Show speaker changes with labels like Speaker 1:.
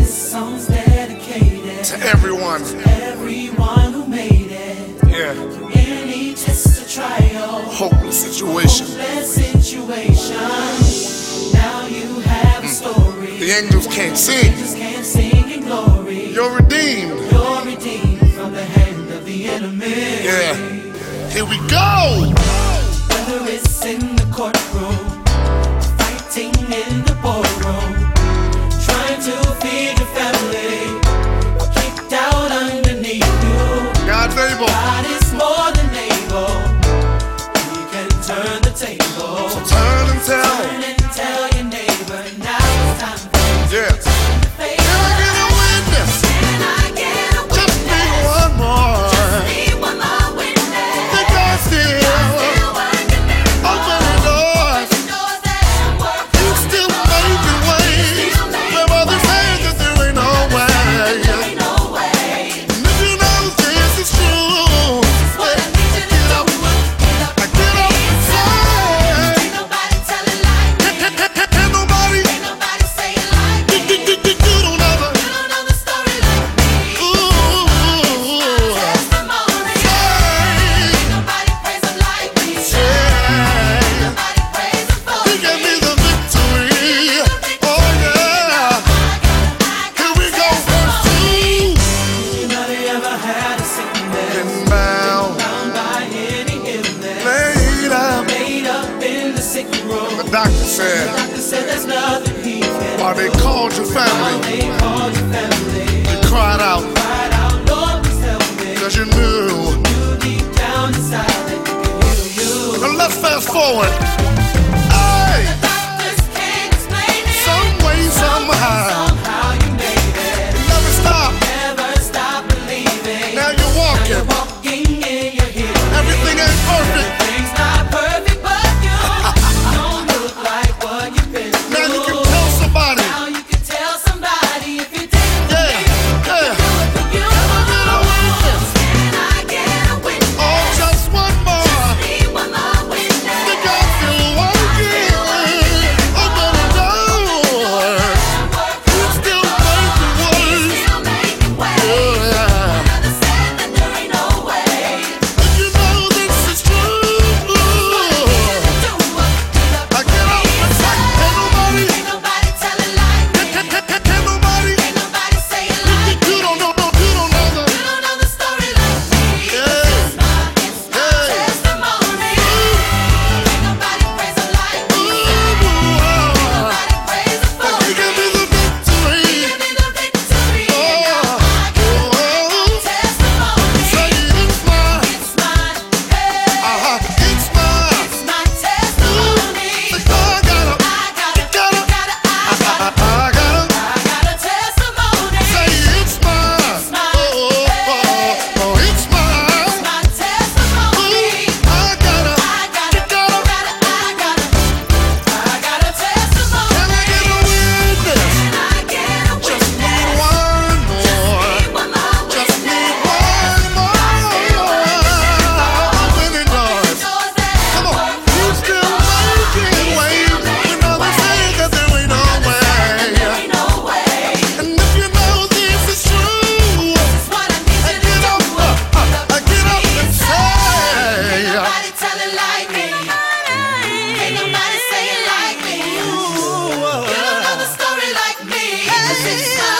Speaker 1: song's dedicated
Speaker 2: to everyone.
Speaker 1: to everyone who made it.
Speaker 2: Yeah,
Speaker 1: Through any test or trial,
Speaker 2: hopeless situation.
Speaker 1: that situation. Now you have a story.
Speaker 2: The angels can't sing.
Speaker 1: Just can't sing in glory.
Speaker 2: You're redeemed.
Speaker 1: You're redeemed from the hand of the enemy.
Speaker 2: Yeah, here we go.
Speaker 1: Whether it's in the courtroom, fighting in the ballroom, trying to feed your family, or kicked out underneath you.
Speaker 2: God's able
Speaker 1: God is more than able. He can turn the table.
Speaker 2: to turn and tell.
Speaker 1: Turn and tell your neighbor now it's time for
Speaker 2: Yeah. Can I get a witness? Just be one more. The God's still opening doors. You still making ways where others say that there ain't no way. And if you know this is true, get up, get up and say, "Can- can- can- can- can nobody do- do- do- do- do no other?" Ooh, say, say. He gave me the victory. Oh yeah. Here we go, verse
Speaker 1: Anybody ever had a sickness
Speaker 2: two. And bow,
Speaker 1: bound by any illness?
Speaker 2: laid up.
Speaker 1: Laid up in the sick room.
Speaker 2: The doctor said,
Speaker 1: Doctor said there's nothing he can do.
Speaker 2: "Are they called your family?"
Speaker 1: They called your family.
Speaker 2: You cried out
Speaker 1: Cried out, Lord, please help me.
Speaker 2: because you knew.
Speaker 1: You deep down inside that you can heal you.
Speaker 2: Now let's fast forward. Hey, some way, somehow,
Speaker 1: Somehow you made it.
Speaker 2: never stop.
Speaker 1: Never stop believing.
Speaker 2: Now you're walking.
Speaker 1: Walking in your healing.
Speaker 2: Everything ain't perfect.
Speaker 1: Things not perfect, but you don't look like what you've been
Speaker 2: Now you can
Speaker 1: through.
Speaker 2: tell somebody.
Speaker 1: Now you can tell somebody if you didn't do
Speaker 2: Yeah, yeah.
Speaker 1: it for you.
Speaker 2: Oh, just one more. The God's still working. Open the door. You still making ways. Yeah. And you know this is true. I get up and say, "Can nobody, can- can- can- can- can nobody You don't know, no, you don't know the He gave me the victory. Oh, say it's mine. Uh-huh, it's mine. The God got up, got up. I- I got up. Say it's mine. Oh, oh, oh, oh, it's mine. Ooh, I got up, got up. Can I get a witness? Just need one more. Just need one more. Opening doors. Come on, you still making waves when others say that there ain't no way. And if you know this is true, I get up, uh, I get up and say,
Speaker 3: Story like me, it's my